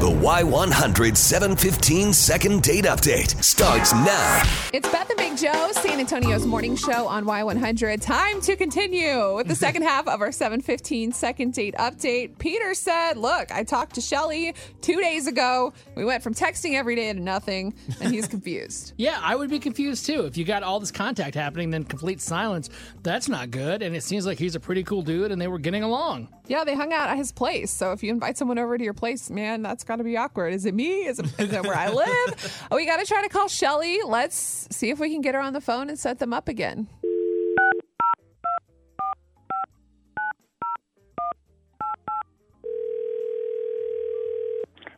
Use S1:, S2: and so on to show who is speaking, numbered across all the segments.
S1: The Y100 715 second date update starts now.
S2: It's Beth and Big Joe, San Antonio's morning show on Y100. Time to continue with the second half of our 715 second date update. Peter said, Look, I talked to Shelly two days ago. We went from texting every day to nothing, and he's confused.
S3: Yeah, I would be confused too. If you got all this contact happening, then complete silence, that's not good. And it seems like he's a pretty cool dude and they were getting along.
S2: yeah, they hung out at his place. So if you invite someone over to your place, man, that's got to be awkward. Is it me? Is it, is it where I live? we got to try to call Shelly. Let's see if we can get her on the phone and set them up again.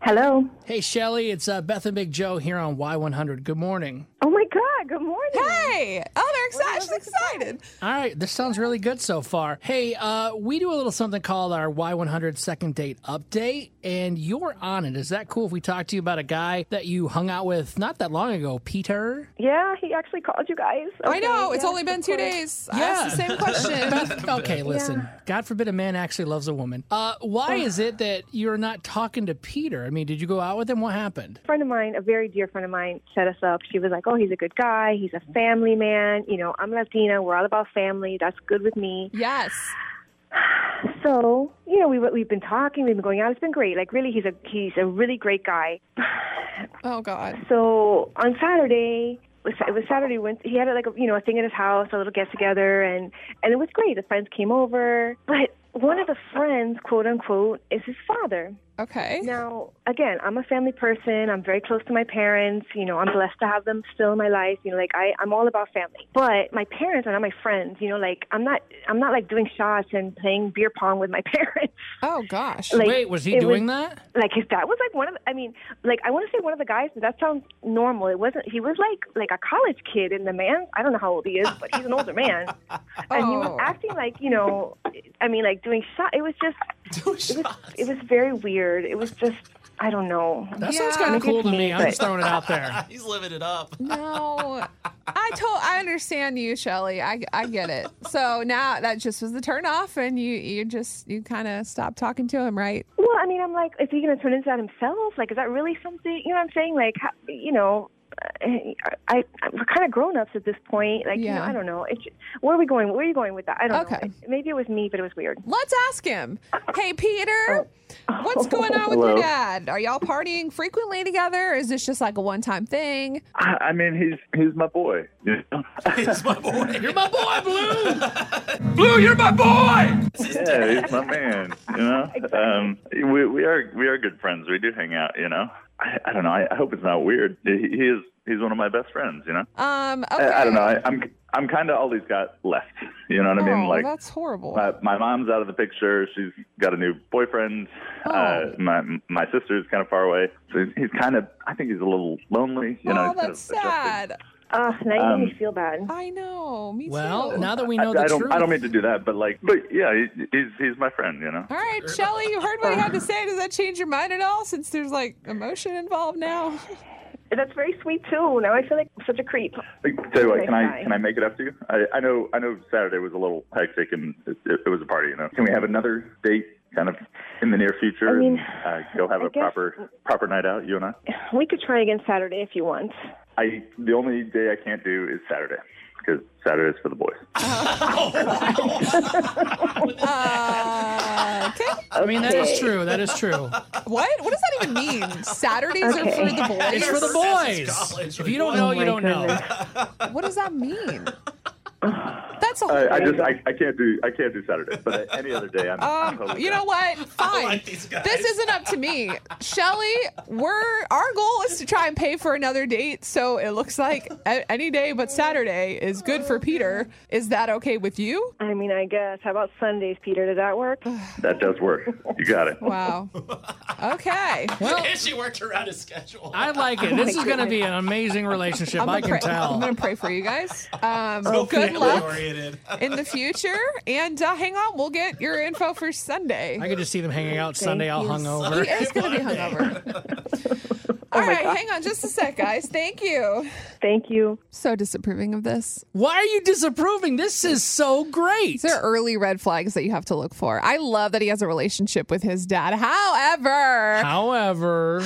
S4: Hello.
S3: Hey, Shelly, it's uh, Beth and Big Joe here on Y100. Good morning.
S4: Oh my God. Good morning.
S2: Hey! Oh, they're excited. She's excited.
S3: All right, this sounds really good so far. Hey, uh, we do a little something called our Y100 second date update, and you're on it. Is that cool if we talk to you about a guy that you hung out with not that long ago, Peter?
S4: Yeah, he actually called you guys.
S2: I know.
S4: Okay,
S2: It's
S4: yeah,
S2: only been
S4: of
S2: two
S4: course.
S2: days. I asked the same question.
S3: Beth, okay, listen. God forbid a man actually loves a woman. Uh, why is it that you're not talking to Peter? I mean, did you go out with him? What happened?
S4: A friend of mine, a very dear friend of mine, set us up. She was like, "Oh, he's a good guy. He's a family man. You know, I'm Latina. We're all about family. That's good with me."
S2: yes.
S4: So, you know, we we've been talking. We've been going out. It's been great. Like, really, he's a he's a really great guy.
S2: Oh God.
S4: So on Saturday, it was Saturday. When he had like a, you know a thing at his house, a little get together, and and it was great. The friends came over, but one of the friends, quote unquote, is his father.
S2: Okay.
S4: Now, again, I'm a family person. I'm very close to my parents. You know, I'm blessed to have them still in my life. You know, like I, I'm all about family. But my parents are not my friends. You know, like I'm not, I'm not like doing shots and playing beer pong with my parents.
S2: Oh gosh.
S4: Like,
S3: Wait, was he
S4: it
S3: doing that?
S4: like his dad was like one of the, I mean, like I want to say one of the guys, but that sounds normal. It wasn't. He was like like a college kid, and the man I don't know how old he is, but he's an older man, and he
S2: Oh.
S4: was acting like you know, I mean, like doing shot. It was just it was it was very weird. It was just I don't know.
S3: That
S2: Yeah.
S3: sounds kind of
S4: Look at
S3: cool to
S4: me,
S3: me. I'm
S4: but-
S3: just throwing it out there.
S5: He's living it up.
S2: No. I told. I understand you, Shelly. I I get it. So now that just was the turnoff, and you you just you kind of stopped talking to him, right?
S4: Well, I mean, I'm like, is he going to turn into that himself? Like, is that really something? You know what I'm saying? Like, how, you know, I, I we're kind of grown ups at this point. Like, you know,
S2: Yeah.
S4: I don't know. It's where are we going? Where are you going with that? I don't
S2: Okay.
S4: know. Maybe it was me, but it was weird.
S2: Let's ask him. Hey, Peter.
S6: Oh.
S2: What's going on with your dad? Are y'all partying frequently together? Or is this just like a one-time thing?
S6: I I mean, he's he's my boy. you know?
S5: He's my boy.
S3: You're my boy, Blue.
S6: yeah, he's my man. You know, um, we we are we are good friends. We do hang out. You know, I, I don't know. I, I hope it's not weird. He, he is he's one of my best friends. You know,
S2: Um. Okay.
S6: I, I don't know. I, I'm I'm kind of all he's got left. You know what I mean?
S2: Oh,
S6: Like
S2: that's horrible.
S6: my, my mom's out of the picture. She's got a new boyfriend.
S2: Oh.
S6: Uh, my my sister's kind of far away. So he's, he's kind of. I think he's a little lonely. You
S2: oh,
S6: know, he's kind of
S2: that's
S6: adjusting.
S2: sad.
S4: Uh, now you
S6: Um,
S4: make me feel bad.
S2: I know. Me too.
S3: Well, now that we know the
S6: I, I don't.
S3: truth,
S6: I don't mean to do that, but like, but yeah, he, he's he's my friend. You know.
S2: All right, Shelly, you heard what he had to say. Does that change your mind at all since there's like emotion involved now?
S4: That's very sweet too. Now I feel like such a creep.
S6: Like, Tell you what, can
S4: Okay,
S6: I
S4: bye.
S6: can I make it up to you? I, I know I know Saturday was a little hectic and it, it was a party, you know. Can we have another date, kind of in the near future,
S4: I mean,
S6: and uh, go have
S4: I
S6: a
S4: guess-
S6: proper proper night out, you and I?
S4: We could try again Saturday if you want.
S6: I the only day I can't do is Saturday because Saturday is for the boys.
S2: Uh, okay.
S3: I mean that is
S4: Okay.
S3: true. That is true.
S2: What? What does that even mean? Saturdays are for
S4: Okay.
S2: the boys.
S3: It's for the
S5: That's
S3: boys.
S5: college.
S3: If you don't know,
S4: Oh
S3: you
S4: my
S3: don't know.
S4: goodness.
S2: What does that mean? That's a
S6: I,
S2: whole.
S6: I just I, I can't do I can't do Saturday, but any other day I'm. I'm
S2: Um,
S6: totally
S2: you
S6: down.
S2: know what? Fine.
S5: like these guys.
S2: This isn't up to me. Shelly, we're our goal is to try and pay for another date, so it looks like a- any day but Saturday is good for Peter. Is that okay with you?
S4: I mean, I guess. How about Sundays, Peter? Did that work?
S6: that does work. You got it.
S2: Wow. Okay.
S3: Well,
S5: And she worked around his schedule.
S3: I like it. This is going to be an amazing relationship. I can
S2: pray- I'm
S3: tell.
S2: gonna pray for you guys. Um,
S5: So
S2: good
S5: family
S2: luck
S5: Oriented.
S2: in the future, and uh, hang on, we'll get your info for Sunday.
S3: I could just see them hanging out Sunday, all
S4: you
S3: hungover.
S2: He is gonna be hungover. All
S4: my
S2: right,
S4: God.
S2: hang on just a sec, guys. Thank you.
S4: Thank you.
S2: So disapproving of this.
S3: Why are you disapproving? This is so great.
S2: These are early red flags that you have to look for. I love that he has a relationship with his dad. However,
S3: However,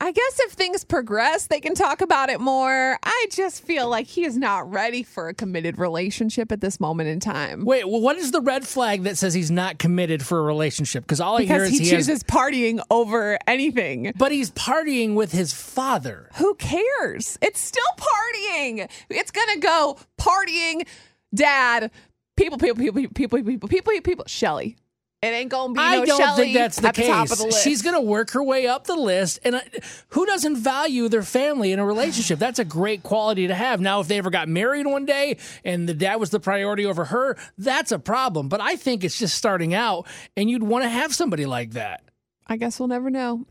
S2: I guess if things progress, they can talk about it more. I just feel like he is not ready for a committed relationship at this moment in time.
S3: wait, well, what is the red flag that says he's not committed for a relationship? Because all I hear
S2: Because
S3: is
S2: he,
S3: has-
S2: chooses partying over anything.
S3: but he's partying with his father.
S2: Who cares? It's still partying. It's gonna go partying, dad. People, people, people, people, people, people, people, people. Shelly. It ain't gonna be
S3: I
S2: no
S3: don't
S2: Shelly
S3: think that's the
S2: at
S3: case.
S2: top of the list.
S3: She's going to work her way up the list, and I, who doesn't value their family in a relationship? That's a great quality to have. Now, if they ever got married one day and the dad was the priority over her, that's a problem. But I think it's just starting out, and you'd want to have somebody like that.
S2: I guess we'll never know.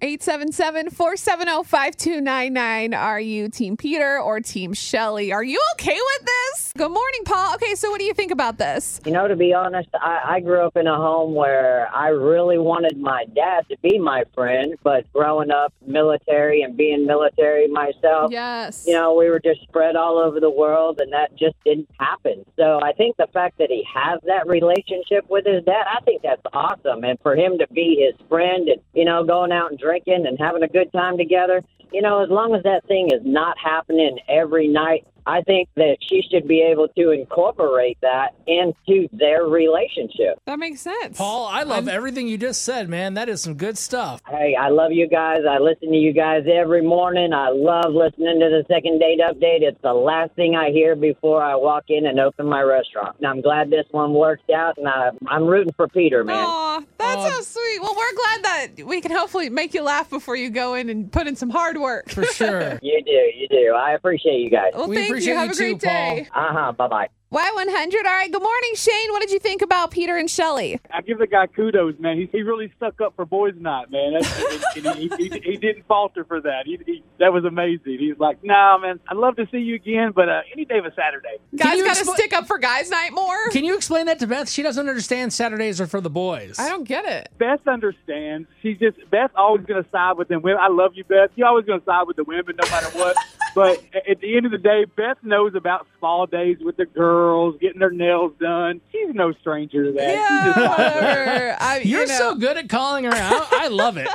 S2: oh, 877-470-5299. Are you Team Peter or Team Shelly? Are you okay with this? Good morning, Paul. Okay, so what do you think about this?
S7: You know, to be honest, I, I grew up in a home where I really wanted my dad to be my friend, but growing up military and being military myself,
S2: Yes.
S7: you know, we were just spread all over the world, and that just didn't happen. So I think the fact that he has that relationship with his dad, I think that's awesome. And for him to be his friend and, you know, going out and drinking and having a good time together, you know, as long as that thing is not happening every night, I think that she should be able to incorporate that into their relationship.
S2: That makes sense.
S3: Paul, I love everything you just said, man. That is some good stuff.
S7: Hey, I love you guys. I listen to you guys every morning. I love listening to the second date update. It's the last thing I hear before I walk in and open my restaurant. And I'm glad this one worked out, and I, I'm rooting for Peter, man.
S2: Aw, that's
S3: Um,
S2: so sweet. Well, we're glad that we can hopefully make you laugh before you go in and put in some hard work.
S3: For sure.
S7: You do, you do. I appreciate you guys.
S2: Well,
S3: We
S2: thank you.
S3: appreciate
S2: Have
S3: you
S2: a great
S3: too,
S2: day.
S7: Uh huh. Bye bye.
S2: Y100. All right. Good morning, Shane. What did you think about Peter and Shelly?
S8: I give the guy kudos, man. He, he really stuck up for boys' night, man. That's, and he, he, he, he didn't falter for that. He, he, that was amazing. He's like, nah, man, I'd love to see you again, but uh, any day but Saturday.
S2: Guys
S3: you
S2: got to
S3: expl-
S2: stick up for guys' night more.
S3: Can you explain that to Beth? She doesn't understand Saturdays are for the boys.
S2: I don't get it.
S8: Beth understands. She's just Beth always gonna side with them women. I love you, Beth. You're always gonna side with the women no matter what. but a- at the end of the day, Beth knows about spa days with the girls, getting their nails done. She's no stranger to that. She's
S2: Yeah,
S8: just like,
S2: whatever. I, you
S3: You're
S2: know.
S3: so good at calling her out. I love it.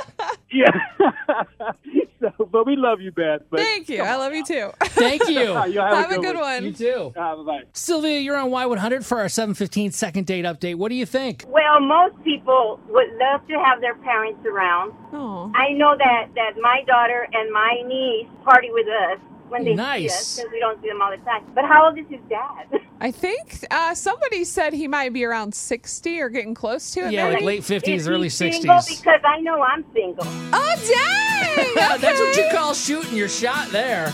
S8: yeah. so, but we love you, Beth. But
S2: Thank you. I love you too.
S3: Thank you.
S8: All right, y'all
S2: Have a good one.
S3: You too.
S8: Uh, bye.
S3: Sylvia, you're on Y100 for our 715 second date update. What do you think?
S9: Well, most people would love to have their parents around.
S2: Aw.
S9: I know that, that my daughter and my niece party with us when they see
S3: Nice.
S9: us because we don't see them all the time. But how old is his dad?
S2: I think uh, somebody said he might be around 60 or getting close to it.
S3: Yeah, like
S2: maybe.
S3: late 50s,
S9: Is he
S3: early
S9: single?
S3: 60s.
S9: Because I know I'm single.
S2: Oh, dang.
S3: Yeah, that's what you
S2: Okay.
S3: call shooting your shot there.